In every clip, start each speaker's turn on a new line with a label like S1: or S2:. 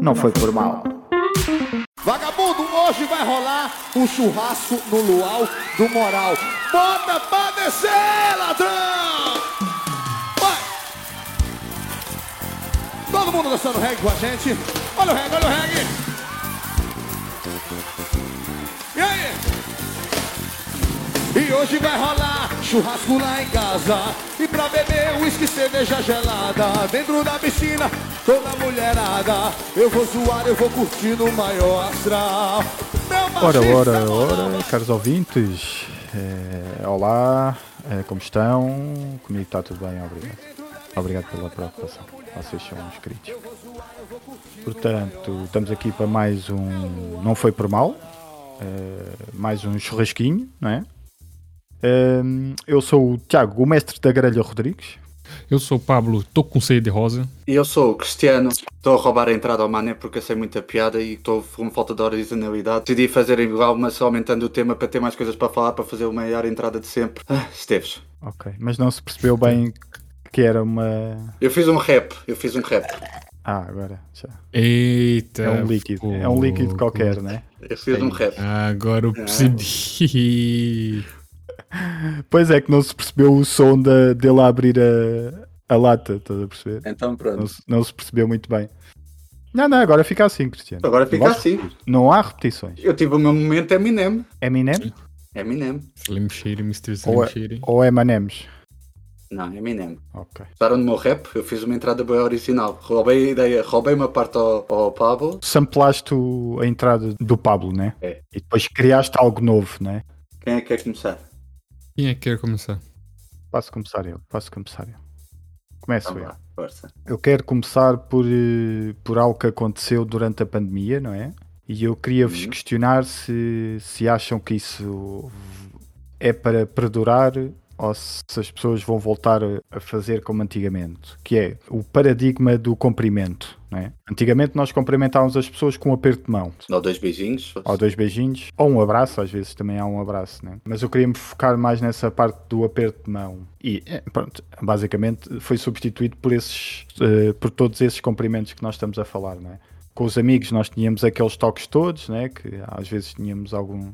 S1: Não foi por mal.
S2: Vagabundo, hoje vai rolar um churrasco no luau do moral. Bota pra descer, ladrão! Vai! Todo mundo dançando reggae com a gente. Olha o reggae, olha o reggae! E aí? E hoje vai rolar churrasco lá em casa E pra beber uísque, cerveja gelada Dentro da piscina, toda mulherada Eu vou zoar, eu vou curtir no maior astral Meu
S1: Ora,
S2: baixista
S1: ora,
S2: moral.
S1: ora, caros ouvintes. É, olá, é, como estão? Comigo está tudo bem, obrigado. Obrigado pela preocupação. Vocês são uns queridos. Portanto, estamos aqui para mais um Não Foi Por Mal. é, mais um churrasquinho, não é? É, eu sou o Tiago, o mestre da grelha Rodrigues.
S3: Eu sou o Pablo, tô com sede de rosa.
S4: E eu sou o Cristiano, estou a roubar a entrada ao Mané porque eu sei muita piada e estou com falta de originalidade. Decidi fazer igual, mas aumentando o tema para ter mais coisas para falar, para fazer a maior entrada de sempre. Ah, Esteves,
S1: Ok, mas não se percebeu bem que era uma.
S4: eu fiz um rap, eu fiz um rap.
S1: Ah, agora já.
S3: Eita.
S1: É um líquido, é um líquido
S3: fogo.
S1: qualquer, É. né?
S4: Eu fiz um rap.
S3: Agora eu percebi.
S1: Pois é, que não se percebeu o som da- dele a abrir a, a lata, estás a perceber?
S4: Então
S1: Não
S4: pronto.
S1: se, não se percebeu muito bem. Não, não, agora fica assim, Cristiano.
S4: Agora fica
S1: Não há-
S4: assim.
S1: Não há repetições.
S4: Eu tive o meu momento é Eminem. É
S1: Eminem
S4: Eminem.
S3: Slim Shady, Mr. Slim
S1: ou, é-
S3: Shady.
S1: ou Emanems?
S4: Não, é Eminem.
S1: Ok.
S4: Gostaram do meu rap? Eu fiz uma entrada bem original. Roubei a ideia, roubei uma parte ao, ao Pablo.
S1: Samplaste o- a entrada do Pablo, né?
S4: É.
S1: E depois criaste algo novo, né?
S4: Quem é que quer começar?
S3: Quem é que quer começar?
S1: Posso começar eu, posso começar eu. Começo
S4: Então
S1: eu.
S4: vá, força.
S1: Eu quero começar por, eh, por algo que aconteceu durante a pandemia, não é? E eu queria vos questionar se, se acham que isso é para perdurar ou se se as pessoas vão voltar a- a fazer como antigamente, que é o paradigma do cumprimento, não é? Antigamente nós cumprimentávamos as pessoas com um aperto de mão,
S4: Dá dois beijinhos.
S1: ou dois beijinhos, ou um abraço, às vezes também há um abraço, né? Mas eu queria me focar mais nessa parte do aperto de mão. E eh, pronto, basicamente foi substituído por esses, eh, por todos esses cumprimentos que nós estamos a falar, né? Com os amigos nós tínhamos aqueles toques todos, né? Que às vezes tínhamos algum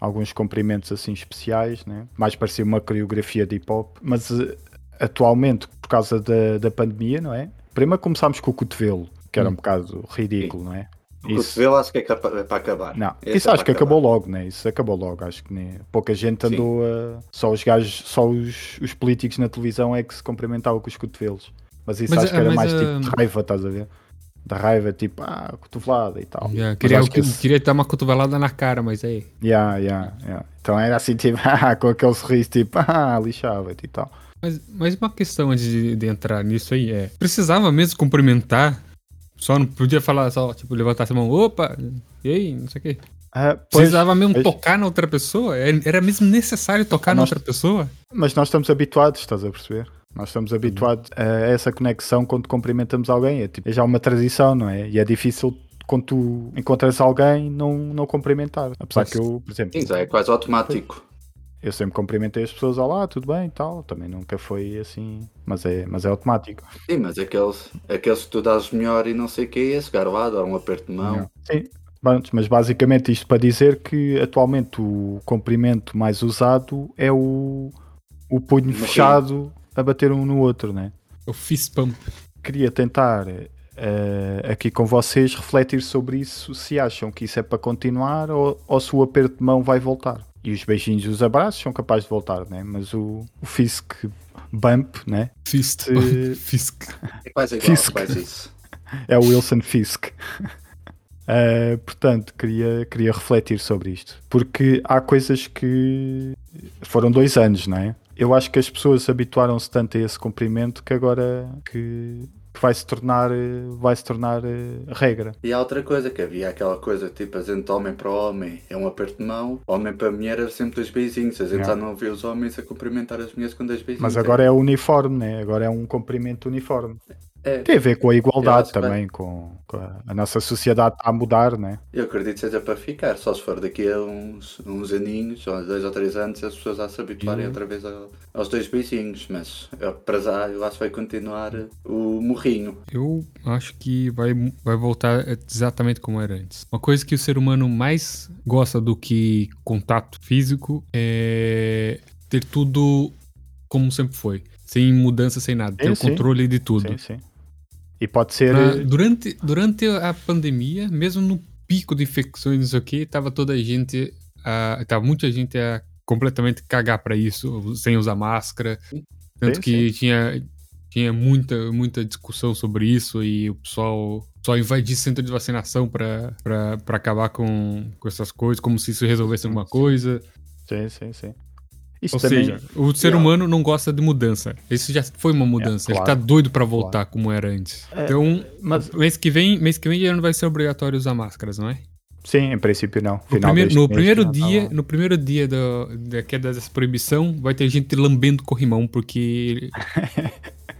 S1: alguns cumprimentos assim especiais, né? Mais parecia uma coreografia de hip hop, mas eh, atualmente por causa da, da pandemia, não é? Primeiro começámos com o cotovelo, que era um bocado ridículo, não é?
S4: O cotovelo acho que é capa- é para acabar.
S1: Não,
S4: Esse
S1: isso
S4: é
S1: acho que
S4: para acabar.
S1: acabou logo, né? Isso acabou logo. Acho que nem... pouca gente
S4: Sim.
S1: andou a. Só os gajos, só os, os políticos na televisão é que se cumprimentavam com os cotovelos. Mas isso
S3: Mas,
S1: acho que
S3: ah,
S1: era
S3: mas,
S1: mais
S3: ah,
S1: tipo de raiva, estás a ver? Da raiva, tipo, ah, cotovelada e tal.
S3: Já,
S1: Mas
S3: queria,
S1: acho que esse-
S3: queria dar uma cotovelada na cara, mas é. aí.
S1: Yeah, yeah, yeah. Então era assim, tipo, ah, com aquele sorriso, tipo, ah, lixava-te e tal.
S3: Mas, mas uma questão antes de, de entrar nisso aí é: precisava mesmo cumprimentar? Só não podia falar, só tipo, levantar a mão, opa, e aí, não sei o quê.
S1: Ah, pois,
S3: Precisava mesmo um
S1: pois.
S3: tocar na outra pessoa? Era era mesmo necessário tocar na
S1: Nós-
S3: outra pessoa?
S1: Mas nós estamos habituados, estás a perceber? Nós estamos habituados a essa conexão quando cumprimentamos alguém. É, tipo, é já uma tradição, não é? E é difícil quando tu encontras alguém não, não cumprimentar. Apesar
S3: Mas-
S1: que eu, por exemplo,
S4: Sim, já é quase automático.
S1: eu sempre cumprimentei as pessoas, olá, tudo bem e tal. Também nunca foi assim, mas é, mas é automático.
S4: Sim, mas aqueles, aqueles que tu dás melhor e não sei o que, esse garvado, dá um aperto de mão.
S1: Sim. Bom, Mas basicamente isto para dizer que atualmente o cumprimento mais usado é o, o punho
S4: Imagina.
S1: fechado a bater um no outro, né?
S3: Eu fiz pump.
S1: queria tentar eh, aqui com vocês refletir sobre isso, se acham que isso é para continuar ou, ou se o aperto de mão vai voltar. E os beijinhos e os abraços são capazes de voltar, né? mas o, o Fisk Bump né?
S3: Fist.
S1: Eh,
S3: Fisk.
S4: É quase igual,
S1: Fisco.
S4: quase isso.
S1: é o Wilson Fisk. Eh, portanto, queria, queria refletir sobre isto, porque há coisas que foram dois anos, não é? Eu acho que as pessoas habituaram-se tanto a esse cumprimento que agora que, que vai se tornar, eh, vai se tornar eh, regra.
S4: E há outra coisa, que havia aquela coisa tipo, a gente de homem para homem é um aperto de mão, homem para mulher era sempre dois beijinhos. A gente
S1: Yeah.
S4: já não vê Então. os homens a cumprimentar as mulheres com dois beijinhos.
S1: Mas agora é uniforme, né? Agora é um comprimento uniforme.
S4: É,
S1: Tem a ver com a igualdade
S4: acho que
S1: também, com, com a, a nossa sociedade está a mudar, né?
S4: eu acredito que seja para ficar, só se for daqui a uns, uns aninhos, ou dois ou três anos, as pessoas a se
S3: Uhum.
S4: habituarem outra vez ao- aos dois beicinhos, mas eu, para já eu acho que vai continuar eh, o morrinho.
S3: Eu acho que vai, vai voltar exatamente como era antes. Uma coisa que o ser humano mais gosta do que contato físico é ter tudo como sempre foi. Sem mudança, sem nada. ter o
S1: sim.
S3: controle de tudo.
S1: Sim, sim. E pode ser.
S3: Na- durante, durante a pandemia, mesmo no pico de infecções, não sei o que, tava toda a gente. A, tava muita gente a completamente cagar pra isso, sem usar máscara. Tanto
S1: Sim,
S3: que tinha, tinha muita, muita discussão sobre isso e o pessoal só invadir centro de vacinação pra, pra, pra acabar com, com essas coisas, como se isso resolvesse alguma coisa.
S1: Sim, sim, sim. Isso
S3: Ou
S1: também. é
S3: seja, o ser
S4: Yeah.
S3: humano não gosta de mudança. Isso já foi uma mudança. Ele
S1: claro, É.
S3: tá doido pra voltar como era antes. Então,
S1: mas-
S3: mês que vem, mês que vem já não vai ser obrigatório usar máscaras, não é?
S1: Sim, em princípio não.
S3: No
S1: Final
S3: primeiro,
S1: deste
S3: no
S1: mês
S3: primeiro
S1: já tá
S3: dia,
S1: lá.
S3: no primeiro dia do- da queda dessa proibição, vai ter gente lambendo corrimão porque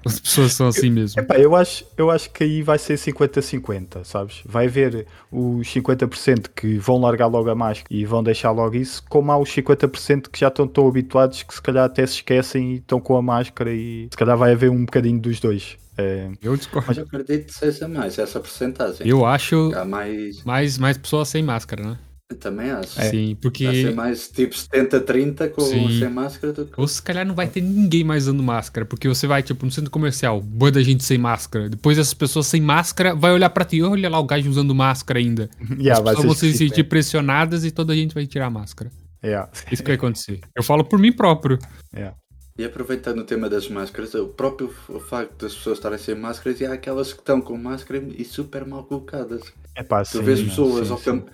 S3: as pessoas são assim mesmo.
S1: Epá, eu, acho, eu acho que aí vai ser 50-50, sabes? Vai haver os 50% que vão largar logo a máscara e vão deixar logo isso, como há os 50% que já estão tão habituados que se calhar até se esquecem e estão com a máscara e se calhar vai haver um bocadinho dos dois. É,
S3: Eu discordo.
S4: Mas eu acredito que seja mais essa porcentagem.
S3: Eu acho
S4: Há mais,
S3: mais, mais pessoas sem máscara, né?
S4: eu também acho.
S1: É,
S3: Sim,
S4: Vai ser
S3: porque.
S4: mais tipo 70-30 com
S3: Sim.
S4: sem máscara do que.
S3: Ou se calhar não vai ter ninguém mais usando máscara, porque você vai, tipo, no centro comercial, boa da gente sem máscara. Depois essas pessoas sem máscara vai olhar pra ti, olha lá o gajo usando máscara ainda.
S1: yeah, vai né?
S3: Só você se
S1: esquisito.
S3: sentir pressionadas e toda a gente vai tirar a máscara.
S1: Yeah,
S3: Isso que vai acontecer. Eu falo por mim próprio. Tá
S1: yeah.
S4: E aproveitando o tema das máscaras, o próprio f- facto das pessoas estarem sem máscaras e há aquelas que estão com máscara e super mal colocadas.
S1: Epá,
S4: Tu
S1: sim,
S4: vês
S1: não,
S4: pessoas
S1: sim,
S4: ou
S1: sim.
S4: com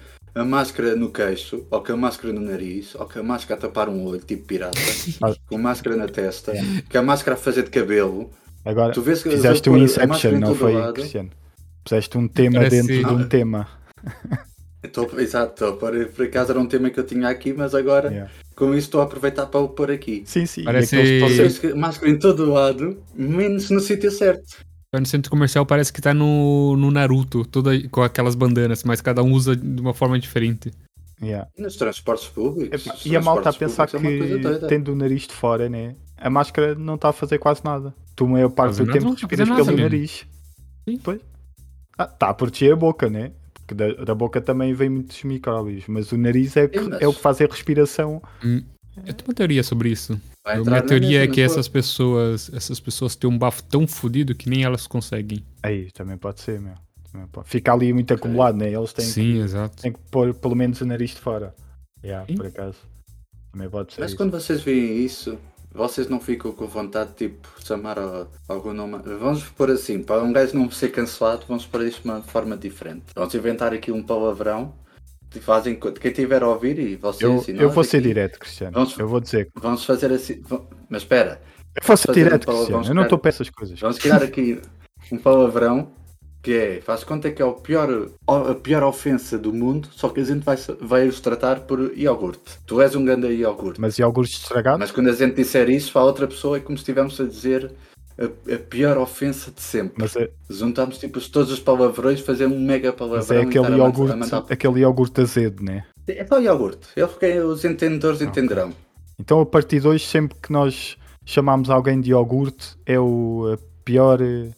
S4: a máscara no queixo, ou com a máscara no nariz, ou com a máscara a tapar um olho, tipo pirata, com máscara na testa,
S1: É.
S4: com a máscara a fazer de cabelo.
S1: Agora,
S4: Tu vês que
S1: fizeste
S4: a-
S1: um
S4: a
S1: Inception,
S4: máscara em
S1: não
S4: todo
S1: foi,
S4: lado.
S1: Cristiano? Puseste um tema
S3: Parece-
S1: dentro de um tema.
S4: Então, exato, então, por, por acaso era um tema que eu tinha aqui, mas agora
S1: Yeah.
S4: com isso estou a aproveitar para o pôr aqui.
S1: É. Sim, sim. e
S3: Parece-
S1: aqueles
S4: Ou
S1: que estão-
S4: seja, máscara em todo lado, menos no sítio certo.
S3: Vai no centro comercial, parece que tá no, no Naruto, toda com aquelas bandanas, mas cada um usa de uma forma diferente.
S1: Yeah.
S4: E nos transportes públicos.
S1: Epá,
S4: os
S1: e a malta a
S4: transportes
S1: pensar
S4: públicos é uma coisa
S1: que
S4: doida.
S1: tendo o nariz de fora, né? A máscara não está a fazer quase nada. Tu, a maior parte
S3: Fazer
S1: do
S3: nada,
S1: tempo,
S3: não tá a fazer
S1: respiras
S3: nada
S1: pelo
S3: mesmo.
S1: nariz.
S3: Sim.
S1: Pois. Ah, tá a proteger a boca, né? Porque da, da boca também vem muitos micróbios. Mas o nariz é, que-
S4: Sim, mas-
S1: é o que faz a respiração.
S3: Eu tenho uma teoria sobre isso.
S4: Vai entrar
S3: Minha
S4: na
S3: teoria é
S4: mesma,
S3: que
S4: mas, pô,
S3: essas pessoas, essas pessoas têm um bafo tão fodido que nem elas conseguem.
S1: Aí, também pode ser, meu. Também pode- Fica ali muito acumulado, né? Eles têm,
S3: Sim, exato.
S1: têm que pôr pelo menos o nariz de fora. Yeah,
S3: Sim.
S1: por acaso. Também pode ser.
S4: Mas
S1: isso.
S4: quando vocês veem isso, vocês não ficam com vontade de tipo, chamar a- algum nome. Vamos pôr assim, para um gajo não ser cancelado, vamos pôr isto de uma forma diferente. Vamos inventar aqui um palavrão. que Fazem, co- quem tiver a ouvir e vocês
S1: Eu,
S4: e assim, nós
S1: eu vou ser
S4: aqui,
S1: direto, Cristiano.
S4: Vamos-
S1: Eu vou dizer.
S4: Vamos fazer assim. va- Mas espera,
S1: Eu vou ser
S4: fazer um
S1: direto,
S4: palavrão,
S1: Cristiano. Eu não
S4: espera.
S1: estou para essas coisas.
S4: vamos criar aqui um palavrão que é, faz conta que é o pior, a pior ofensa do mundo, só que a gente vai, vai os tratar por iogurte. Tu és um ganda iogurte.
S1: Mas e alguns estragados?
S4: Mas quando a gente disser isso para outra pessoa é como se estivéssemos a dizer a, a pior ofensa de sempre.
S1: Mas, é,
S4: Juntámos tipo os- todos os palavrões, fazer um mega palavrão.
S1: mas é
S4: e estar
S1: aquele
S4: a man- a
S1: iogurte,
S4: mandar-
S1: aquele iogurte azedo, né?
S4: É só iogurte. Eu fiquei, os entendedores entenderão.
S1: Então a partir de hoje, sempre que nós chamarmos alguém de iogurte, é o a pior, eh,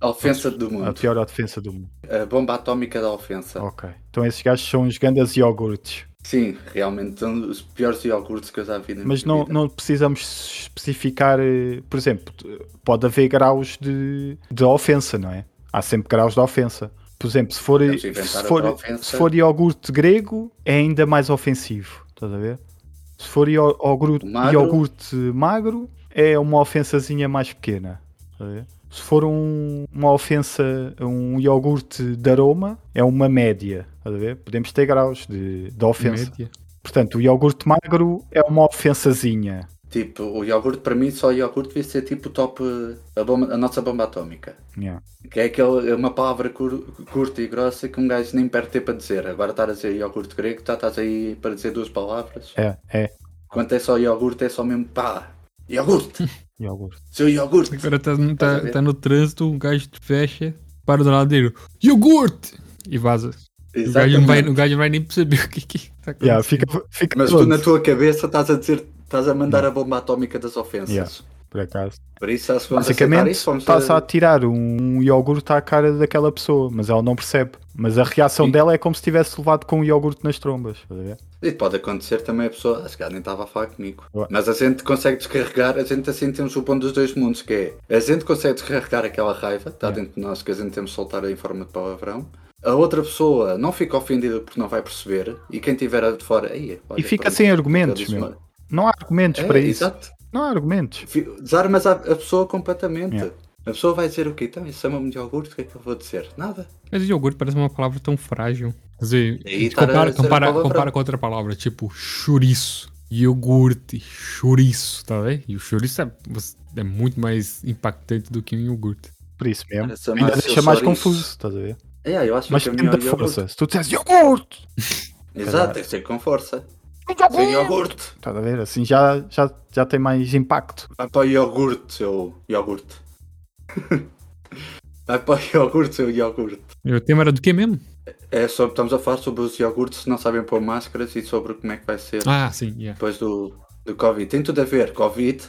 S4: A ofensa do
S1: a
S4: mundo.
S1: pior ofensa do mundo.
S4: A bomba atómica da ofensa.
S1: Ok. Então esses gajos são os grandes iogurtes.
S4: Sim, realmente são os piores iogurtes que eu já vi na
S1: Mas
S4: minha
S1: não,
S4: vida.
S1: não precisamos especificar, eh, por exemplo, t- pode haver graus de, de ofensa, não é? Há sempre graus de ofensa. Por exemplo, se for,
S4: Podemos
S1: se
S4: inventar
S1: for,
S4: outra ofensa.
S1: se for iogurte grego, é ainda mais ofensivo. Estás a ver? Se for io- iogurte
S4: Magro.
S1: iogurte magro, é uma ofensazinha mais pequena. estás a ver? Se for um- uma ofensa, um iogurte de aroma, é uma média. estás a ver? Podemos ter graus de, de ofensa.
S3: Média.
S1: Portanto, o iogurte magro é uma ofensazinha.
S4: Tipo, o iogurte para mim, só o iogurte devia ser tipo o top, eh, a, bomba- a nossa bomba atómica.
S1: Yeah.
S4: Que é aquele, é uma palavra cur- curta e grossa que um gajo nem perde tempo a dizer. Agora estar a dizer iogurte grego, tá, estás aí para dizer duas palavras.
S1: É, é.
S4: Quanto é só iogurte, é só mesmo pá, iogurte!
S1: Iogurte.
S4: Seu iogurte!
S3: Agora tá, no-
S4: Tá
S3: tá,
S4: sabendo?
S3: tá no trânsito, um gajo te fecha, para do lado dele, iogurte! E vaza. O gajo, não vai, o gajo não vai nem perceber o que que tá acontecendo.
S1: Yeah, fica, fica
S4: Mas tu
S1: pronto.
S4: na tua cabeça estás a dizer, estás a mandar a bomba atómica das ofensas.
S1: Yeah. Por acaso.
S4: Por isso, se vamos aceitar
S1: Basicamente,
S4: isso, vamos
S1: estás a tirar um iogurte à cara daquela pessoa, mas ela não percebe. Mas a reação
S3: Sim.
S1: dela é como se tivesse levado com um iogurte nas trombas. estás a ver?
S4: E pode acontecer também a pessoa, ah, se calhar nem estava a falar comigo.
S1: Ué.
S4: Mas a gente consegue descarregar, a gente assim temos o bom dos dois mundos, que é a gente consegue descarregar aquela raiva que está
S1: É.
S4: dentro de nós, que a gente temos de soltar em forma de palavrão. A outra pessoa não fica ofendida porque não vai perceber, e quem tiver de fora, aí
S1: E fica
S4: é
S1: sem argumentos, meu. Não há argumentos para isso.
S4: Exato.
S1: Não há argumentos.
S4: Fi- Desarmas a, a pessoa completamente.
S1: Yeah.
S4: A pessoa vai dizer o quê? Então, isso chama-me de iogurte, o que é que eu vou dizer? Nada.
S3: Mas iogurte parece uma palavra tão frágil. Quer dizer,
S4: E
S3: a gente
S4: tá
S3: compara,
S4: na- tá na
S3: compara,
S4: palavra.
S3: compara com outra palavra, tipo chouriço, iogurte, chouriço, tá vendo? E o chouriço é, é muito mais impactante do que um iogurte.
S1: Por isso mesmo.
S4: Parece amar
S1: Ainda
S4: seu
S1: deixa mais
S4: sorriso.
S1: confuso, estás a ver?
S4: É, eu acho
S1: Mas
S4: que é
S1: depende
S4: melhor
S1: da
S4: iogurte.
S1: força. Se tu disseres iogurte,
S4: Exato, tem que ser com força. Sem iogurte.
S1: estás a ver? Assim já, já, já tem mais impacto.
S4: Vai para o iogurte, seu iogurte. Vai para o iogurte, seu iogurte.
S3: E o tema era do que mesmo?
S4: É sobre, estamos a falar sobre os iogurtes se não sabem pôr máscaras e sobre como é que vai ser
S3: Ah, sim, yeah.
S4: depois do, do Covid. Tem tudo a ver, Covid,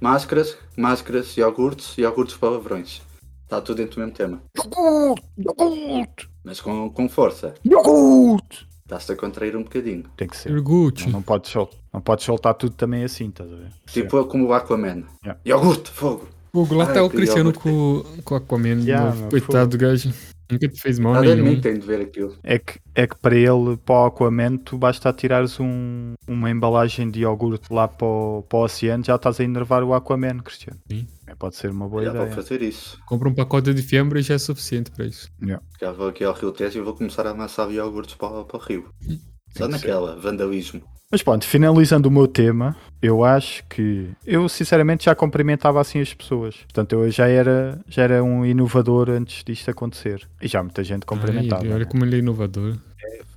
S4: máscaras, máscaras, iogurtes, iogurtes palavrões. Está tudo dentro do mesmo tema.
S1: Iogurte, iogurte,
S4: Mas com, com força.
S1: iogurte.
S4: Estás-te a contrair um bocadinho.
S1: Tem que ser.
S3: Iogurte.
S1: Não, não podes sol- não podes soltar tudo também assim, estás a ver?
S4: Tipo como o Aquaman.
S1: Yeah.
S4: Iogurte, fogo.
S3: Fogo, lá
S4: Ai,
S3: tá o
S4: que
S3: Cristiano com, com a Aquaman.
S1: Yeah,
S3: mano.
S1: meu,
S3: Coitado do gajo. Nunca te fez
S1: Um
S3: mal
S4: Nada de mim
S3: nenhum.
S4: tem de ver aquilo.
S1: É que, é que para ele, para o Aquaman, tu basta tirares um- uma embalagem de iogurte lá para o, para o oceano, já estás a enervar o Aquaman, Cristiano.
S3: Sim.
S1: É, pode ser uma boa
S4: Já vou
S1: ideia.
S4: fazer isso.
S3: Compra um pacote de fiambre e já é suficiente pra isso.
S4: Já vou aqui ao Rio Tejo e vou começar a amassar iogurtes para, para o Rio. Só naquela, vandalismo.
S1: Mas pronto, finalizando o meu tema, eu acho que eu sinceramente já cumprimentava assim as pessoas. Portanto, eu já era, já era um inovador antes disto acontecer. E já muita gente cumprimentava.
S3: Ai, olha
S1: né?
S3: como ele é inovador.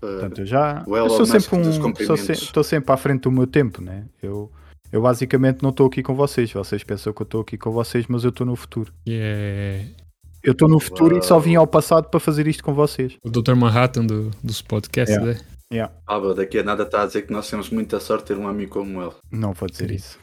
S1: Portanto, eu já
S4: O Elon
S1: eu sou
S4: Musk
S1: sempre
S4: dos
S1: um
S4: cumprimentos.
S1: estou sempre à frente do meu tempo, né? Eu eu basicamente não estou aqui com vocês. Vocês pensam que eu estou aqui com vocês, mas eu estou no futuro.
S3: Que é
S1: Eu estou no futuro e só
S4: Uau.
S1: vim ao passado para fazer isto com vocês.
S3: o Dr. Manhattan do- dos podcasts,
S1: Yeah.
S3: né?
S4: Ah, bom, daqui a nada está a dizer que nós temos muita sorte de ter um amigo como ele.
S1: Não vou dizer isso.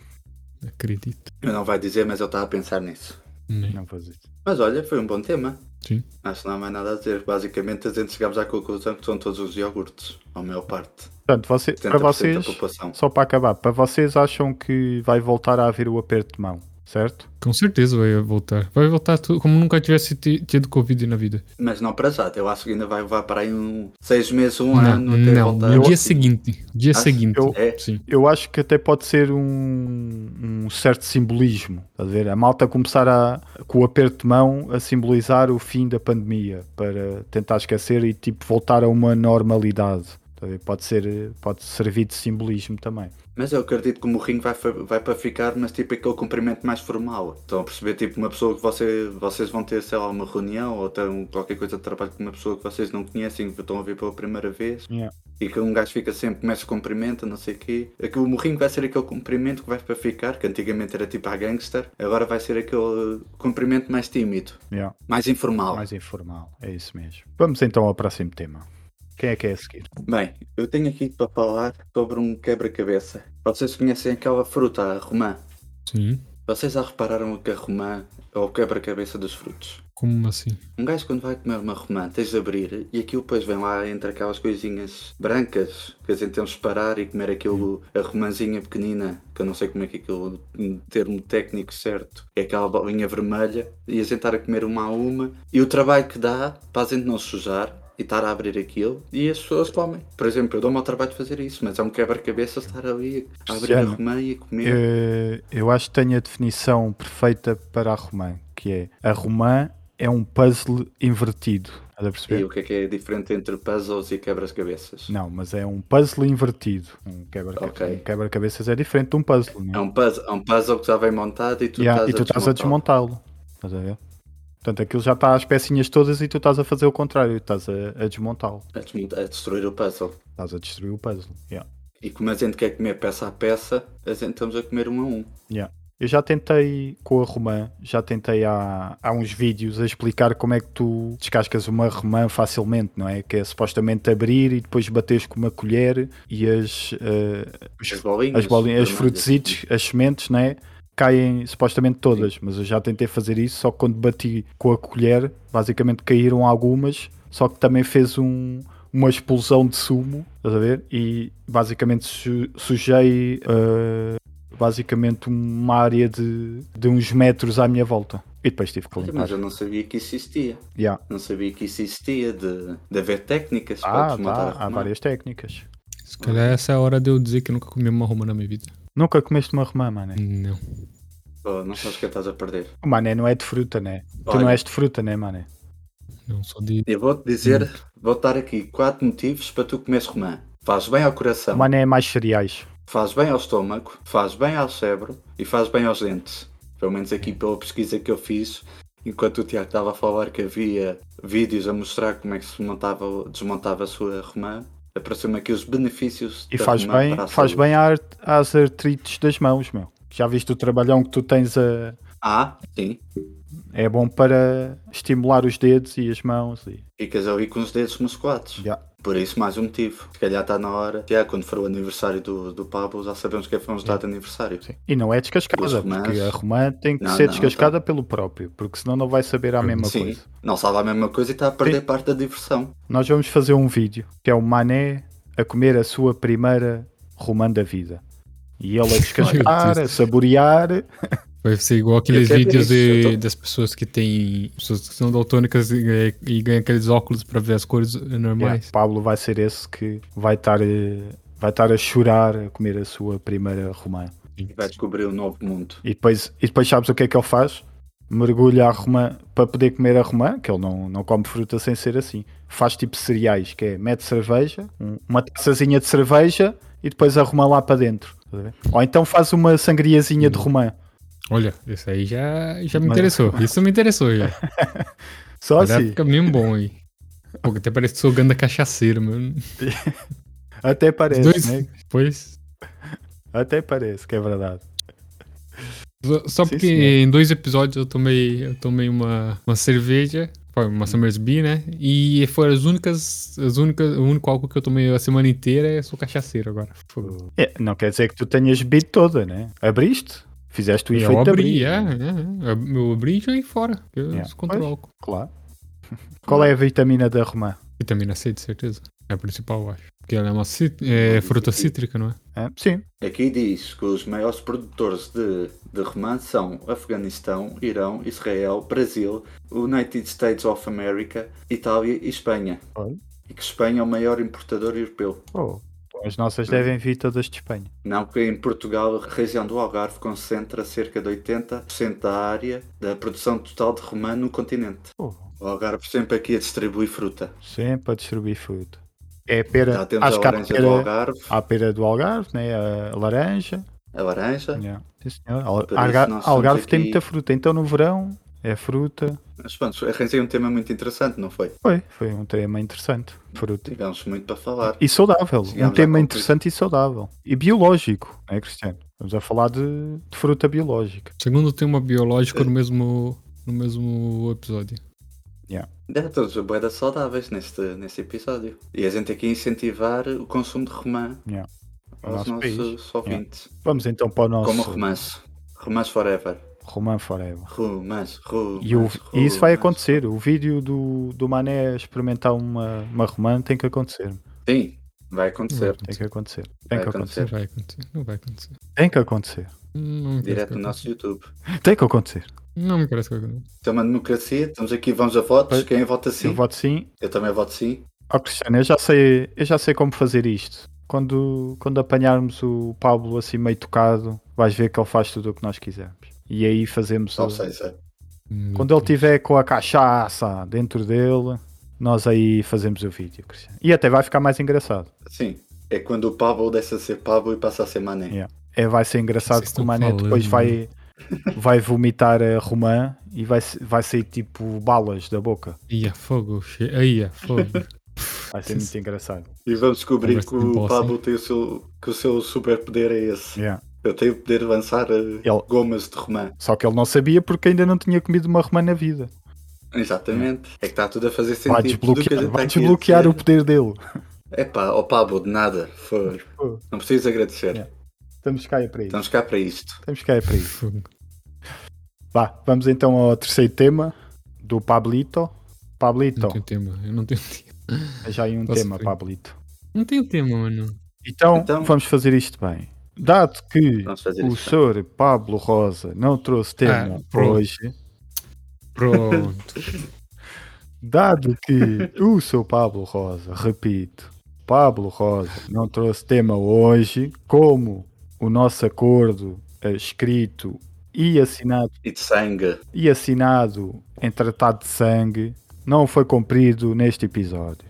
S3: Acredito.
S4: Eu não vai dizer, mas eu estava a pensar nisso.
S3: Né?
S1: Não vou dizer isso.
S4: Mas olha, foi um bom tema.
S3: Sim.
S4: Acho que não há mais nada a dizer. Basicamente, a gente chegamos à conclusão que são todos os iogurtes, a maior parte.
S1: Portanto, você-
S4: 70%
S1: para vocês,
S4: da população.
S1: só para acabar, para vocês acham que vai voltar a haver o aperto de mão, certo?
S3: Com certeza vai voltar. Vai voltar tudo, como nunca tivesse ti- tido Covid na vida.
S4: Mas não para já, eu acho que ainda vai levar para aí um seis meses, um ano,
S3: não,
S4: até
S3: não,
S4: voltar.
S3: no
S4: ao
S3: dia
S4: fim.
S3: seguinte. Dia
S4: Acho-
S3: seguinte.
S1: eu-
S4: É.
S3: Sim.
S1: Eu acho que até pode ser um, um certo simbolismo, estás a ver? A malta começar a, com o aperto de mão a simbolizar o fim da pandemia para tentar esquecer e tipo voltar a uma normalidade. estás a ver? Pode, ser, pode servir de simbolismo também.
S4: Mas eu acredito que o morrinho vai, fa- vai para ficar, mas tipo aquele cumprimento mais formal. Estão a perceber, tipo, uma pessoa que você, vocês vão ter, sei lá, uma reunião ou têm qualquer coisa de trabalho com uma pessoa que vocês não conhecem, que estão a ver pela primeira vez.
S1: Yeah.
S4: E que um gajo fica sempre, começa cumprimenta, não sei o quê. Aqui, o morrinho vai ser aquele cumprimento que vai para ficar, que antigamente era tipo a gangster, agora vai ser aquele cumprimento mais tímido,
S1: Yeah,
S4: mais informal.
S1: mais informal, é isso mesmo. Vamos então ao próximo tema. Quem é que é a seguir?
S4: Bem, eu tenho aqui para falar sobre um quebra-cabeça. Vocês conhecem aquela fruta, a romã?
S3: Sim.
S4: Vocês já repararam que a romã é o quebra-cabeça dos frutos?
S3: Como assim?
S4: Um gajo quando vai comer uma romã, tens de abrir e aquilo depois vem lá entre aquelas coisinhas brancas que a gente temos de parar e comer aquilo, a romãzinha pequenina, que eu não sei como é que é aquilo, um termo técnico certo, é aquela bolinha vermelha, e a gente estar a comer uma a uma, e o trabalho que dá para a gente não sujar e estar a abrir aquilo, e as pessoas comem. Por exemplo, eu dou-me ao trabalho de fazer isso, mas é um quebra-cabeça estar ali a abrir a
S1: Cristiano,
S4: romã e a comer.
S1: Eh, eu acho que tenho a definição perfeita para a romã, que é a romã é um puzzle invertido. Estás a perceber?
S4: E o que é que é diferente entre puzzles e quebras-cabeças?
S1: Não, mas é um puzzle invertido. Um quebra-cabeças
S4: Ok.
S1: um quebra-cabeças é diferente de um puzzle. Né?
S4: É um puzzle, é um puzzle que já vem montado e tu
S1: Yeah,
S4: estás,
S1: e tu
S4: a
S1: estás a
S4: desmontar.
S1: desmontá-lo. Estás a ver? Portanto, aquilo já está às pecinhas todas e tu estás a fazer o contrário. Estás a, a desmontá-lo.
S4: a desmontar. A destruir o puzzle.
S1: Estás a destruir o puzzle. Yeah.
S4: E como a gente quer comer peça a peça, a gente estamos a comer um a um.
S1: Yeah. Eu já tentei com a romã, já tentei há, há uns vídeos a explicar como é que tu descascas uma romã facilmente, não é? Que é supostamente abrir e depois bateres com uma colher e as, eh, os- as
S4: As bolinhas.
S1: bolinhas, as
S4: vermelhas.
S1: frutesites, as sementes, não é? Caem supostamente todas, mas eu já tentei fazer isso, só que quando bati com a colher, basicamente caíram algumas, só que também fez um- uma explosão de sumo, estás a ver? E basicamente su- sujei eh, basicamente uma área de, de uns metros à minha volta. E depois tive que limpar.
S4: Mas eu não sabia que isso existia.
S1: Yeah.
S4: Não sabia que isso existia de, de haver técnicas para
S1: Ah,
S4: desmontar
S1: dá,
S4: a
S1: há
S4: romã.
S1: várias técnicas.
S3: Se calhar
S4: Ah.
S3: essa é a hora de eu dizer que eu nunca comi uma romã na minha vida.
S1: Nunca comeste uma romã,
S4: É.
S1: mané?
S3: Não.
S4: Oh, não sabes o que estás a perder.
S1: O Mané não é de fruta, né? Tu
S4: Olha.
S1: não és de fruta, né, mané?
S3: Não, só de.
S4: Eu vou-te dizer,
S1: Hum.
S4: vou dar aqui quatro motivos para tu comeres romã. Faz bem ao
S1: O
S4: coração,
S1: Mané é mais cereais.
S4: faz bem ao estômago, faz bem ao cérebro e faz bem aos dentes. Pelo menos aqui pela pesquisa que eu fiz, enquanto o Tiago estava a falar que havia vídeos a mostrar como é que se montava, desmontava a sua romã, apareceu-me aqui os benefícios
S1: E
S4: da
S1: faz
S4: romã
S1: bem,
S4: é para a
S1: faz
S4: saúde.
S1: bem à art- às artrites das mãos, meu. Já viste o trabalhão que tu tens a.
S4: Ah, sim.
S1: É bom para estimular os dedos e as mãos. E...
S4: Ficas ali com os dedos musculados.
S1: Já.
S4: Por isso, mais um motivo. Se calhar está na hora. Tiago, quando for o aniversário do, do Pablo, já sabemos que é que vamos dar de aniversário.
S1: Sim. E não é
S4: Duas
S1: descascada,
S4: romãs.
S1: porque a romã tem que
S4: Não,
S1: ser
S4: não,
S1: descascada pelo próprio, porque senão não vai saber a mesma
S4: Sim,
S1: coisa.
S4: não sabe a mesma coisa e está a perder parte da diversão.
S1: Nós vamos fazer um vídeo que é o Mané a comer a sua primeira romã da vida. E ele a descascar, a saborear.
S3: Vai ser igual aqueles
S4: Eu quero
S3: vídeos
S4: isso, eu
S3: de-
S4: tô-
S3: das pessoas que têm. pessoas que são daltônicas e, ganha- e ganham aqueles óculos pra ver as cores eh, normais.
S1: Yeah, Pablo vai ser esse que vai estar, eh, vai estar a chorar a comer a sua primeira romã.
S4: E vai descobrir um novo mundo.
S1: E depois, e depois sabes o que é que ele faz? Mergulha a romã para poder comer a romã, que ele não, não come fruta sem ser assim. Faz tipo cereais, que é mete cerveja, um- uma taçazinha de cerveja e depois a romã lá para dentro. Estás a ver? Ou então faz uma sangriazinha
S3: Hum.
S1: de romã.
S3: Olha, isso aí já, já me
S1: Mas-
S3: interessou. Isso me interessou já.
S1: Só
S3: Olha,
S1: assim.
S3: fica mesmo bom aí. Pô, até parece que sou ganda cachaceiro, mano.
S1: Até parece,
S3: Dois,
S1: né?
S3: pois.
S1: Até parece que é verdade.
S3: Só- Só
S1: Sim, é.
S3: porque
S1: senhor.
S3: em dois episódios eu tomei, eu tomei uma, uma cerveja, foi
S1: Hum.
S3: uma Summersby, né? E foram as únicas, as únicas, o único álcool que eu tomei a semana inteira eu sou cachaceiro agora. Fogo.
S1: É, não quer dizer que tu tenhas bebido toda, né? Abriste? Fizeste o
S3: Eu,
S1: efeito de abrir,
S3: abri, é,
S1: né?
S3: é, é. Eu abri e joguei fora. porque Eu
S1: Yeah.
S3: descontrolo o álcool.
S1: Claro. Qual é a vitamina da romã?
S3: Vitamina C, de certeza. É a principal, eu acho. Porque ela é uma cí-
S1: Hum.
S3: é, fruta cítrica, não é?
S1: Hã? sim.
S4: Aqui diz que os maiores produtores de, de romã são Afeganistão, Irão, Israel, Brasil, United States of America, Itália e Espanha.
S1: Olha.
S4: E que Espanha é o maior importador europeu.
S1: Oh, as
S3: É.
S1: nossas devem vir todas de Espanha.
S4: Não que em Portugal, a região do Algarve concentra cerca de 80% da área da produção total de romã no continente.
S1: Oh,
S4: O Algarve sempre aqui a distribuir fruta.
S1: sempre a distribuir fruta. É a
S4: Já
S1: pera,
S4: temos
S1: acho
S4: a
S1: que há é.
S4: Tá laranja do
S1: pera,
S4: Algarve,
S1: há a pera do Algarve, né? a laranja.
S4: a laranja.
S1: Yeah. Sim, senhor. Al-
S4: Por isso
S1: Algar-
S4: nós
S1: Algarve
S4: estamos
S1: tem
S4: aqui-
S1: muita fruta, então no verão é fruta.
S4: Mas pronto, arranjei um tema muito interessante, não foi?
S1: Foi, foi um tema interessante. Fruta.
S4: Tivemos muito para falar.
S1: E saudável. um
S4: Chegamos
S1: tema
S4: à conclusão.
S1: interessante e saudável. E biológico, né, Cristiano? Estamos a falar de, de fruta biológica.
S3: Segundo tema biológico
S1: É.
S3: no mesmo, no mesmo episódio.
S4: É, todos boedas saudáveis neste, neste episódio. E a gente aqui incentivar o consumo de romã
S1: Yeah. No
S4: aos
S1: nosso
S4: nossos ouvintes.
S1: Vamos então para o nosso
S4: Como romance. Romance forever.
S1: Roman Forever.
S4: Romance, romance,
S1: E, o- e isso vai
S4: romance.
S1: acontecer. O vídeo do, do Mané experimentar uma, uma romã tem que acontecer.
S4: Sim, vai acontecer.
S1: Tem que acontecer. Tem
S4: Vai
S1: que
S4: acontecer.
S1: acontecer.
S3: Não vai acontecer. Não vai acontecer.
S1: Tem que acontecer.
S3: Não me parece
S4: Direto
S3: que
S4: no
S3: vai
S4: nosso
S1: Tem
S4: YouTube.
S1: que acontecer. Tem que acontecer.
S3: acontecer. Não me parece que vai acontecer.
S4: Isto é uma democracia, estamos aqui, vamos a votos.
S1: Pois.
S4: Quem vota sim?
S1: Eu voto sim.
S4: Eu também voto sim.
S1: Ó Cristiano, eu já sei, eu já sei como fazer isto. Quando, quando apanharmos o Pablo assim meio tocado, vais ver que ele faz tudo o que nós quisermos. E aí fazemos.
S4: Ou
S1: o-
S4: seja,
S3: Hum,
S1: Quando é ele tiver com a cachaça dentro dele, nós aí fazemos o vídeo, Cristiano. E até vai ficar mais engraçado.
S4: sim. É quando o Pablo deixa de ser Pablo e passa a ser Mané.
S1: Yeah. É, vai ser engraçado
S3: Vocês
S1: que o
S3: estão
S1: Mané
S3: falando,
S1: depois
S3: né?
S1: vai, vai vomitar a romã e vai, vai sair tipo balas da boca.
S3: Ia, fogo. che- Ia, fogo.
S1: Vai ser muito engraçado.
S4: E vamos descobrir
S3: Conversa
S4: que
S3: de
S4: o
S3: boss,
S4: Pablo tem o seu, que o seu superpoder é esse.
S1: Yeah.
S4: Eu tenho o poder de lançar eh,
S1: Ele-
S4: gomas de romã.
S1: Só que ele não sabia porque ainda não tinha comido uma romã na vida.
S4: Exatamente. É que está tudo a fazer sentido.
S1: Vai desbloquear, vai desbloquear o poder dele.
S4: É pá, ó Pablo, de nada. Foi.
S1: Pô,
S4: Não preciso agradecer.
S1: Yeah. Estamos cá é para isso.
S4: Estamos cá para isto.
S1: Estamos cá é para isso.
S3: Fogo.
S1: Vá, vamos então ao terceiro tema do Pablito. Pablito,
S4: Então.
S3: Não tenho tema. Eu não tenho tema.
S1: já aí um
S3: Posso
S1: tema,
S3: ver?
S1: Pablito.
S3: Não tenho tema, mano.
S1: Então,
S4: Então-
S1: vamos fazer isto bem. Dado que
S4: Vamos fazer
S1: o
S4: isto.
S1: senhor Pablo Rosa não trouxe tema
S3: Ah,
S1: para
S3: pronto.
S1: hoje,
S3: Pronto.
S1: Dado que o seu Pablo Rosa, repito, Pablo Rosa não trouxe tema hoje, como o nosso acordo eh, escrito e assinado,
S4: E de sangue.
S1: e assinado em tratado de sangue não foi cumprido neste episódio.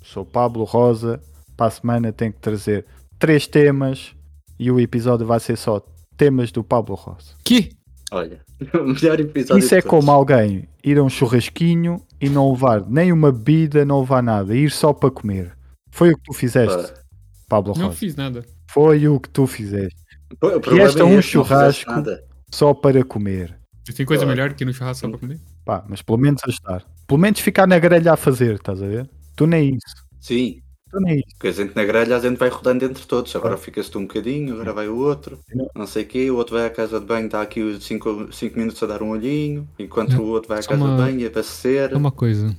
S1: O seu Pablo Rosa, para a semana, tem que trazer três temas e o episódio vai ser só temas do Pablo Rosa.
S3: que?
S4: Olha. O melhor episódio
S1: Isso é
S4: de todos.
S1: como alguém ir a um churrasquinho e não levar nem uma bebida, não levar nada, ir só para comer. Foi o que tu fizeste,
S4: Pá.
S1: Pablo
S3: Não
S1: Rosa.
S3: fiz nada.
S1: Foi o que tu fizeste.
S4: Pô, o problema
S1: este é um
S4: não fizeste
S1: churrasco.
S4: nada.
S1: Só para comer.
S3: Tem coisa
S4: Eu-
S3: melhor que ir no churrasco só pra comer?
S1: Pá, mas pelo menos ajudar. Pelo menos ficar na grelha a fazer, estás a ver? Tu nem isso.
S4: Sim.
S1: Tu nem isso.
S4: Porque a gente na grelha, a gente vai rodando entre todos. Agora fica-se tu um bocadinho, agora vai o outro.
S1: Não.
S4: Não sei o quê. O outro vai à casa de banho, está aqui 5 cinco, cinco minutos a dar um olhinho. Enquanto
S3: Não.
S4: o outro vai à
S3: Só
S4: casa
S3: uma-
S4: de banho e abastecer.
S3: É uma coisa.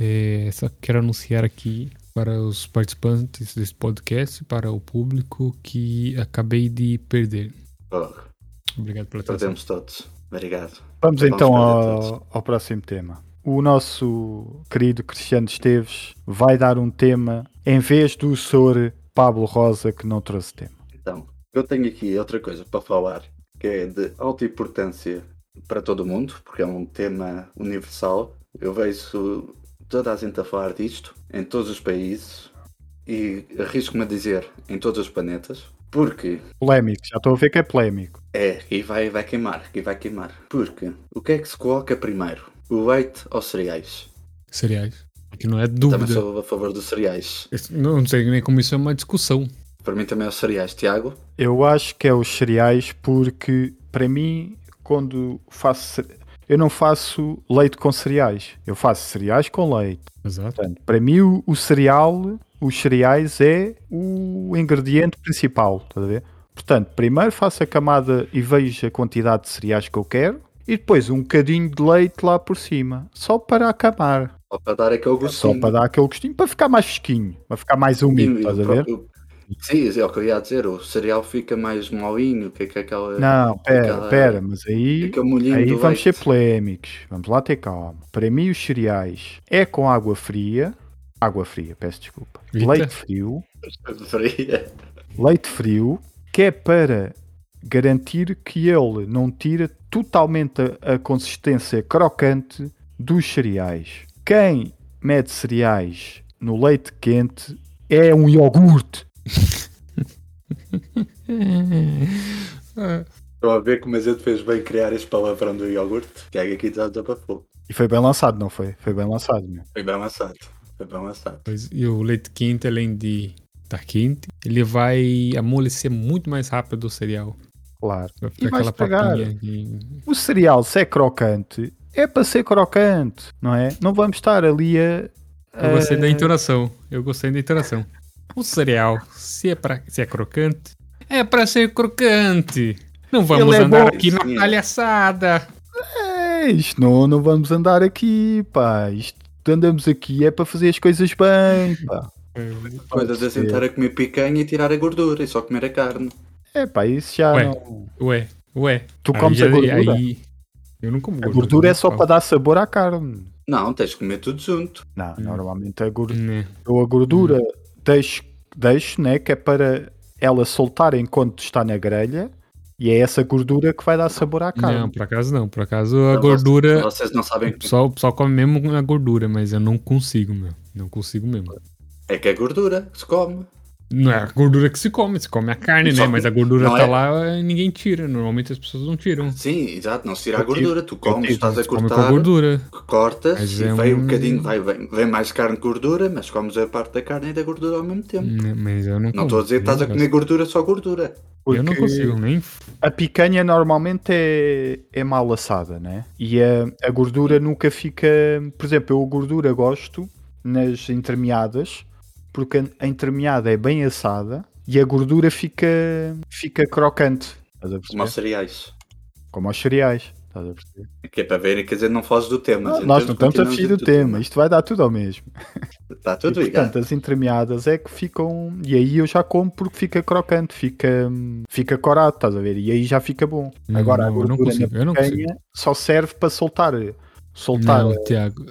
S3: É, só quero anunciar aqui para os participantes desse podcast, para o público, que acabei de perder.
S4: Oh,
S3: Obrigado pela atenção.
S4: perdemos todos. Obrigado.
S1: Vamos
S4: Vamos
S1: então
S4: perder
S1: ao, ao próximo tema. O nosso querido Cristiano Esteves vai dar um tema em vez do Sr. Pablo Rosa que não trouxe tema.
S4: Então, eu tenho aqui outra coisa para falar que é de alta importância para todo mundo, porque é um tema universal. Eu vejo toda a gente a falar disto em todos os países e arrisco-me a dizer em todos os planetas, porque
S1: Polémico, já estou a ver que é polémico.
S4: é, e vai, vai queimar, e vai queimar. Porque o que é que se coloca primeiro? O leite ou cereais?
S3: Cereais. Que não é
S4: Também
S3: dúvida.
S4: sou a favor dos cereais.
S3: Isso- Não sei nem como isso é uma discussão.
S4: Para mim também é os cereais, Tiago.
S1: Eu acho que é os cereais porque para mim quando faço cere- eu não faço leite com cereais, eu faço cereais com leite.
S3: Exato.
S1: Portanto, para mim o, o cereal, os cereais é o ingrediente principal, estás a ver? Portanto, primeiro faço a camada e vejo a quantidade de cereais que eu quero e depois um bocadinho de leite lá por cima, só para acabar,
S4: Só para dar aquele
S1: só
S4: gostinho.
S1: para dar aquele gostinho, para ficar mais fresquinho, para ficar mais úmido,
S4: E-
S1: estás a
S4: e
S1: ver?
S4: próprio- Sim, é o que eu ia dizer, o cereal fica mais molinho, que, que aquela.
S1: Não, pera,
S4: aquela-
S1: pera, mas aí,
S4: Aquele molhinho
S1: aí
S4: do
S1: vamos ser
S4: leite.
S1: polémicos. Vamos lá ter calma. Para mim, os cereais é com água fria. Água fria, peço desculpa.
S3: Eita.
S1: Leite frio.
S4: Fria.
S1: Leite frio, que é para garantir que ele não tira totalmente a, a consistência crocante dos cereais. Quem mete cereais no leite quente é um iogurte.
S4: É.
S3: Ah,
S4: Estão a ver como a gente fez bem criar este palavrão do iogurte? Tiago aqui já desabafou.
S1: E foi bem lançado, não foi? Foi bem lançado, meu.
S4: Foi bem lançado. Foi bem lançado.
S3: pois- e o leite quente, além de estar quente, ele vai amolecer muito mais rápido o cereal.
S1: Claro.
S3: Vai ficar
S1: vai
S3: aquela
S1: estragar.
S3: papinha que-
S1: O cereal, se é crocante, é para ser crocante, não é? Não vamos estar ali a.
S3: Eu gostei
S1: a-
S3: da entonação. Eu gostei da entonação. O cereal, se é, pra, se é crocante, é pra ser crocante. Não vamos
S1: Ele é
S3: andar
S1: bom.
S3: aqui na
S4: Sim.
S3: palhaçada.
S1: É, isto não, não vamos andar aqui, pá. Isto andamos aqui é para fazer as coisas bem, pá.
S4: Coisa de
S1: ser.
S4: sentar a comer picanha e tirar a gordura e só comer a carne.
S1: É, pá, isso já
S3: Ué,
S1: não.
S3: Ué, ué.
S1: Tu comes a gordura.
S3: Aí, eu não como
S1: a
S3: gordura.
S1: gordura é
S3: né?
S1: só para dar sabor à carne.
S4: Não, tens de comer tudo junto.
S3: Hum.
S1: Não, normalmente a gordura.
S3: Né.
S1: Eu a gordura
S3: Hum.
S1: deixo, deixo, né? Que é para ela soltar enquanto está na grelha. E é essa gordura que vai dar sabor à carne.
S3: Não, por acaso não. Por acaso a
S4: Então,
S1: É.
S3: gordura.
S4: Vocês não sabem.
S3: É, O pessoal, o pessoal come mesmo na gordura, mas eu não consigo, meu. Não consigo mesmo.
S4: É que é gordura que se come.
S3: Não é a gordura que se come, se come a carne,
S4: Só
S3: né?
S4: que
S3: Mas a gordura
S4: não
S3: tá
S4: é-
S3: lá e ninguém tira. Normalmente as pessoas não tiram.
S4: Sim, exato, não se tira a
S1: Eu tive-
S4: gordura. Tu comes,
S1: tive,
S4: estás a
S3: Come com
S4: cortar.
S3: a gordura.
S4: cortas
S3: Mas
S4: e
S3: é
S4: vem um
S3: um-
S4: bocadinho, vai, vem, vem mais carne de gordura, mas
S1: Hum,
S4: comes a parte da carne e da gordura ao mesmo tempo.
S3: Né, Mas eu não
S4: tá Não estou a dizer que estás a comer gordura só gordura.
S3: Eu não consigo nem.
S1: A picanha normalmente é, é mal assada, né? E a, a gordura nunca fica. Por exemplo, eu a gordura gosto nas entremeadas, porque a entremeada é bem assada e a gordura fica, fica crocante. Estás a
S4: Como
S1: perceber?
S4: aos cereais.
S1: Como aos cereais. Estás a perceber?
S4: Que é para ver, quer dizer, não foge do tema.
S1: Não, nós não estamos a fugir do tema, é isto vai dar tudo ao mesmo.
S4: Está tudo
S1: e,
S4: ligado.
S1: portanto, as entremeadas é que ficam. E aí eu já como porque fica crocante, fica, fica corado, estás a ver? E aí já fica bom.
S3: Hum,
S1: Agora a
S3: não, eu não
S1: gordura na
S3: consigo, eu não
S1: picanha só serve para soltar. Soltar.
S3: Não, Tiago,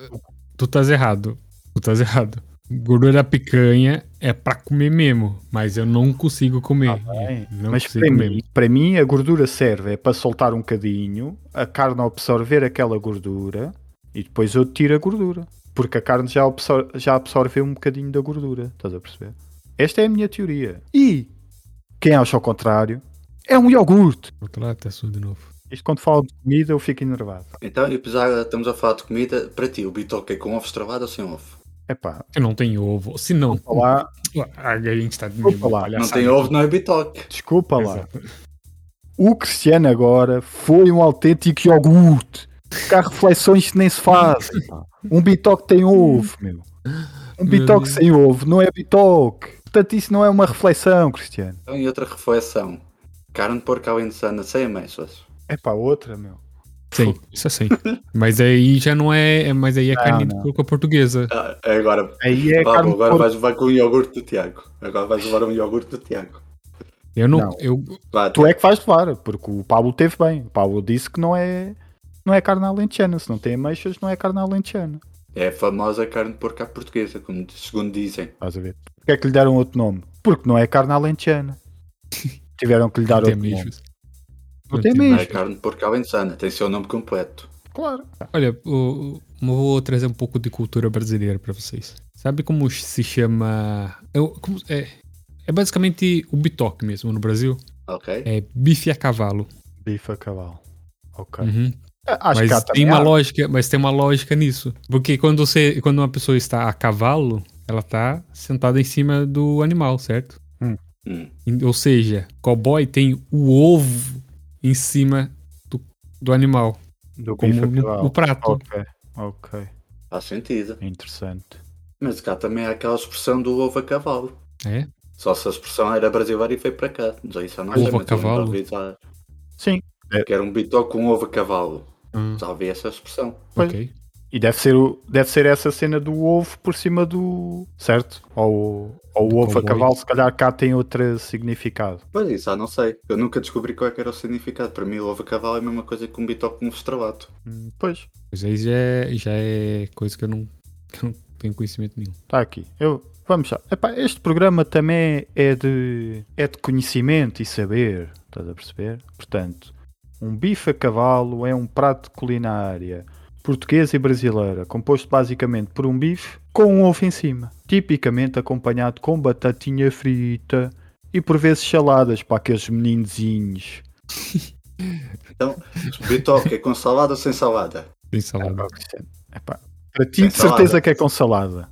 S3: tu estás errado. Tu estás errado. Gordura da picanha é pra comer mesmo, mas eu não consigo
S4: Ah,
S3: comer.
S1: tá bem,
S3: não
S1: Mas
S3: consigo
S1: para
S3: comer.
S1: mim, para mim a gordura serve é para soltar um bocadinho, a carne absorver aquela gordura e depois eu tiro a gordura. Porque a carne já, absor já absorveu um bocadinho da gordura, estás a perceber? Esta é a minha teoria. E quem acha ao contrário é um iogurte.
S3: Outro lado, tá sujo de novo.
S1: Isto quando falo de comida eu fico enervado.
S4: Então, e apesar de estamos a falar de comida, para ti, o bitoque é com ovo estrelado ou sem ovo?
S1: Epá,
S3: Eu não tenho ovo. Se não,
S1: vou lá,
S3: a gente tá de
S1: Vou falar.
S4: não tem ovo, não é bitoque.
S1: desculpa lá.
S3: Exato.
S1: O Cristiano agora foi um autêntico iogurte. Cá reflexões que nem se fazem. pá. Um bitoque tem ovo, meu. Um
S3: Meu
S1: bitoque
S3: Deus.
S1: sem ovo não é bitoque. Portanto, isso não é uma reflexão, Cristiano.
S4: Então, e outra refeição? Carne de porco à insana sem ameixas.
S1: É para outra, meu.
S3: Sim, isso é sim. mas aí já não é. é- Mas
S1: Ah,
S3: aí é carne de porco portuguesa.
S4: Ah, agora,
S1: Aí é
S4: Pablo,
S1: carne de
S4: agora
S1: porco.
S4: vais levar com o iogurte do Tiago. Agora vais levar um iogurte do Tiago.
S3: Eu não.
S1: Não.
S3: Eu,
S4: Vá,
S1: Tu é que vais levar, porque o Pablo teve bem. O Pablo disse que não é, não é carne alentejana. Se não tem ameixas, não é carne alentejana.
S4: É a famosa carne de porco à portuguesa, como di- segundo dizem.
S1: Estás a ver? Porquê é que lhe deram outro nome? Porque não é carne alentejana. Tiveram que lhe dar
S3: não tem
S1: outro nome.
S3: ameixos.
S1: Não tem
S4: Não é
S1: mesmo,
S4: carne de porco à insana, tem seu nome completo.
S1: claro.
S3: Olha, eu vou trazer um pouco de cultura brasileira pra vocês. Sabe como se chama. eu- como- é, é basicamente o bitoque mesmo no Brasil.
S4: Ok?
S3: É bife a cavalo.
S1: Bife a cavalo. Ok.
S3: Uhum.
S1: Ah. Acho que há
S3: Mas tem,
S1: também
S3: uma
S1: há.
S3: lógica, mas tem uma lógica nisso. Porque quando, você, quando uma pessoa está a cavalo, ela está sentada em cima do animal, certo?
S4: Hum.
S3: Ou seja, cowboy tem o ovo em cima do, do animal,
S1: do
S3: como
S1: bife a
S3: no, no
S1: cavalo.
S3: prato.
S1: Ok, ok.
S4: Faz sentido.
S1: Interessante.
S4: Mas cá também há aquela expressão do ovo a cavalo.
S3: É?
S4: Só se a expressão era brasileira e foi para cá. Não sei se há nós
S3: Ovo a cavalo?
S1: Sim,
S4: Que era um bitoque com ovo a cavalo.
S3: Hum.
S4: Já ouvi essa expressão.
S1: Pois.
S3: Ok.
S1: e deve ser, o, deve ser essa cena do ovo por cima do. Certo? Ou, ou
S3: Do
S1: o ovo a
S3: cowboy.
S1: cavalo, se calhar cá tem outro significado.
S4: Pois isso, já não sei. Eu nunca descobri qual é que era o significado. Para mim, o ovo a cavalo é a mesma coisa que um bitoque com ovo estrelado.
S1: Hum, Pois,
S3: Mas aí já é, já é coisa que eu, não, que eu não tenho conhecimento nenhum.
S1: está Tá aqui. Eu, vamos já. Epá, este programa também é de, é de conhecimento e saber. Estás a perceber? Portanto, um bife a cavalo é um prato de culinária portuguesa e brasileira, composto basicamente por um bife com um ovo em cima, tipicamente acompanhado com batatinha frita e por vezes saladas para aqueles meninzinhos.
S4: Então, bitoque é com salada ou sem salada?
S3: Tem
S1: É
S3: salada.
S1: Epá, para ti,
S4: Sem
S1: de certeza
S4: salada.
S1: que é com salada.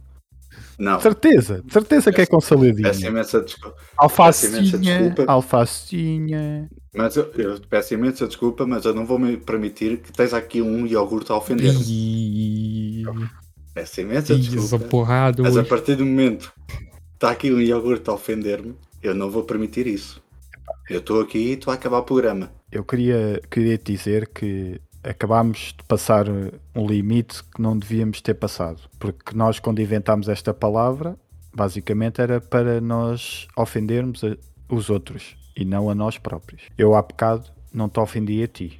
S4: Não.
S1: De
S3: Então,
S1: certeza, de certeza que é com saladinha.
S4: Peço imensa desculpa. Peço imensa
S1: Alfacinha,
S4: desculpa.
S1: alfacinha.
S4: Mas eu, eu te peço imensa desculpa, mas eu não vou me permitir que tens aqui um iogurte a ofender.
S3: Ih,
S4: Peço imensa
S3: ih, essa
S4: desculpa.
S3: porrada
S4: Mas a
S3: hoje.
S4: partir do momento que está aqui um iogurte a ofender-me, eu não vou permitir isso. Eu estou aqui e estou a acabar o programa.
S1: Eu queria, queria te dizer que acabámos de passar eh, um limite que não devíamos ter passado, porque nós quando inventámos esta palavra, basicamente era para nós ofendermos a- os outros e não a nós próprios. Eu há bocado não te ofendi a ti.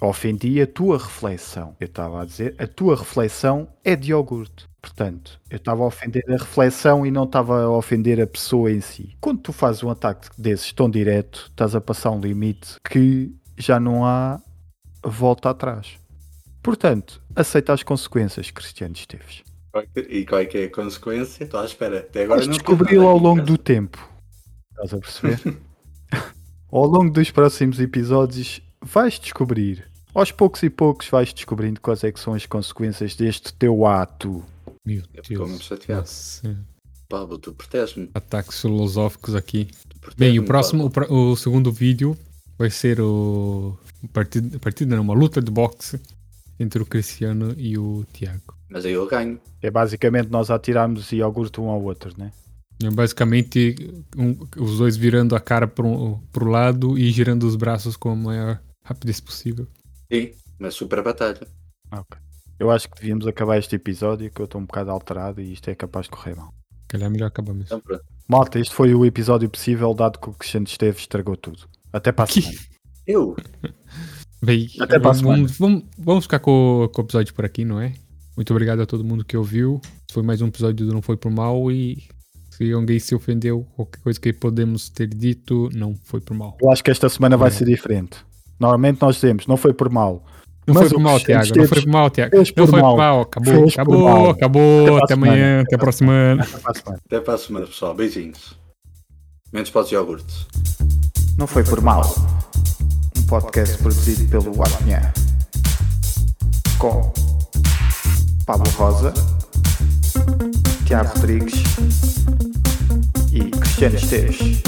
S1: Ofendi a tua reflexão. Eu estava a dizer, a tua reflexão é de iogurte. Portanto, eu estava a ofender a reflexão e não estava a ofender a pessoa em si. Quando tu fazes um ataque desses tão direto, estás a passar um limite que já não há volta atrás. Portanto, aceita as consequências, Cristiano Esteves.
S4: Qual é que- E qual é que é a consequência? Estou à espera. Até agora
S1: Vais
S4: não
S1: descobri-lo ao longo do tempo. Estás a perceber? ao longo dos próximos episódios vais descobrir. Aos poucos e poucos vais descobrindo quais é que são as consequências deste teu ato.
S3: Meu
S4: Eu fico mesmo
S3: Deus.
S4: chateado.
S3: Nossa.
S4: Pablo, tu proteges-me.
S3: Ataques filosóficos aqui.
S4: Tu proteges-me,
S3: Bem, o
S4: Pablo.
S3: próximo, o, pro- o segundo vídeo vai ser o o partido, partido não, uma luta de boxe entre o Cristiano e o Tiago.
S4: Mas aí eu ganho.
S1: É basicamente nós atirarmos iogurte um ao outro, né?
S3: É basicamente um- os dois virando a cara pro, pro lado e girando os braços com a maior rapidez possível.
S4: Sim, mas super batalha.
S1: Ah, ok. Eu acho que devíamos acabar este episódio, que eu estou um bocado alterado e isto é capaz de correr mal.
S3: Calhar é melhor acabar mesmo.
S4: Então pronto.
S1: Malta, este foi o episódio possível, dado que o Cristiano Esteves estragou tudo. Até para a
S3: Que-
S1: semana.
S4: Eu?
S3: Bem,
S1: Até pra
S3: vamos, vamos, vamos ficar com, o- com o episódio por aqui, não é? Muito obrigado a todo mundo que ouviu. Foi mais um episódio do Não Foi Por Mal e se alguém se ofendeu, qualquer coisa que podemos ter dito, não foi por mal.
S1: Eu acho que esta semana vai ser diferente. Normalmente nós dizemos, não foi por mal.
S3: Não
S1: Mas
S3: foi por
S1: o
S3: mal,
S1: Cristiano
S3: Tiago. Não foi
S1: Esteves
S3: por mal, Tiago.
S1: fez
S3: Não
S1: por
S3: foi por
S1: mal.
S3: mal. Acabou,
S1: Fez por
S3: acabou,
S1: mal. Até
S3: acabou.
S1: pra
S3: Até
S1: semana.
S3: amanhã, até a próxima.
S1: Até para a semana.
S4: Até para a semana, pessoal. Beijinhos. Menos para os iogurtes.
S5: Não Foi Por Mal. Um podcast produzido pelo Apnha. Com Pablo Rosa, Tiago Rodrigues e Cristiano Esteves.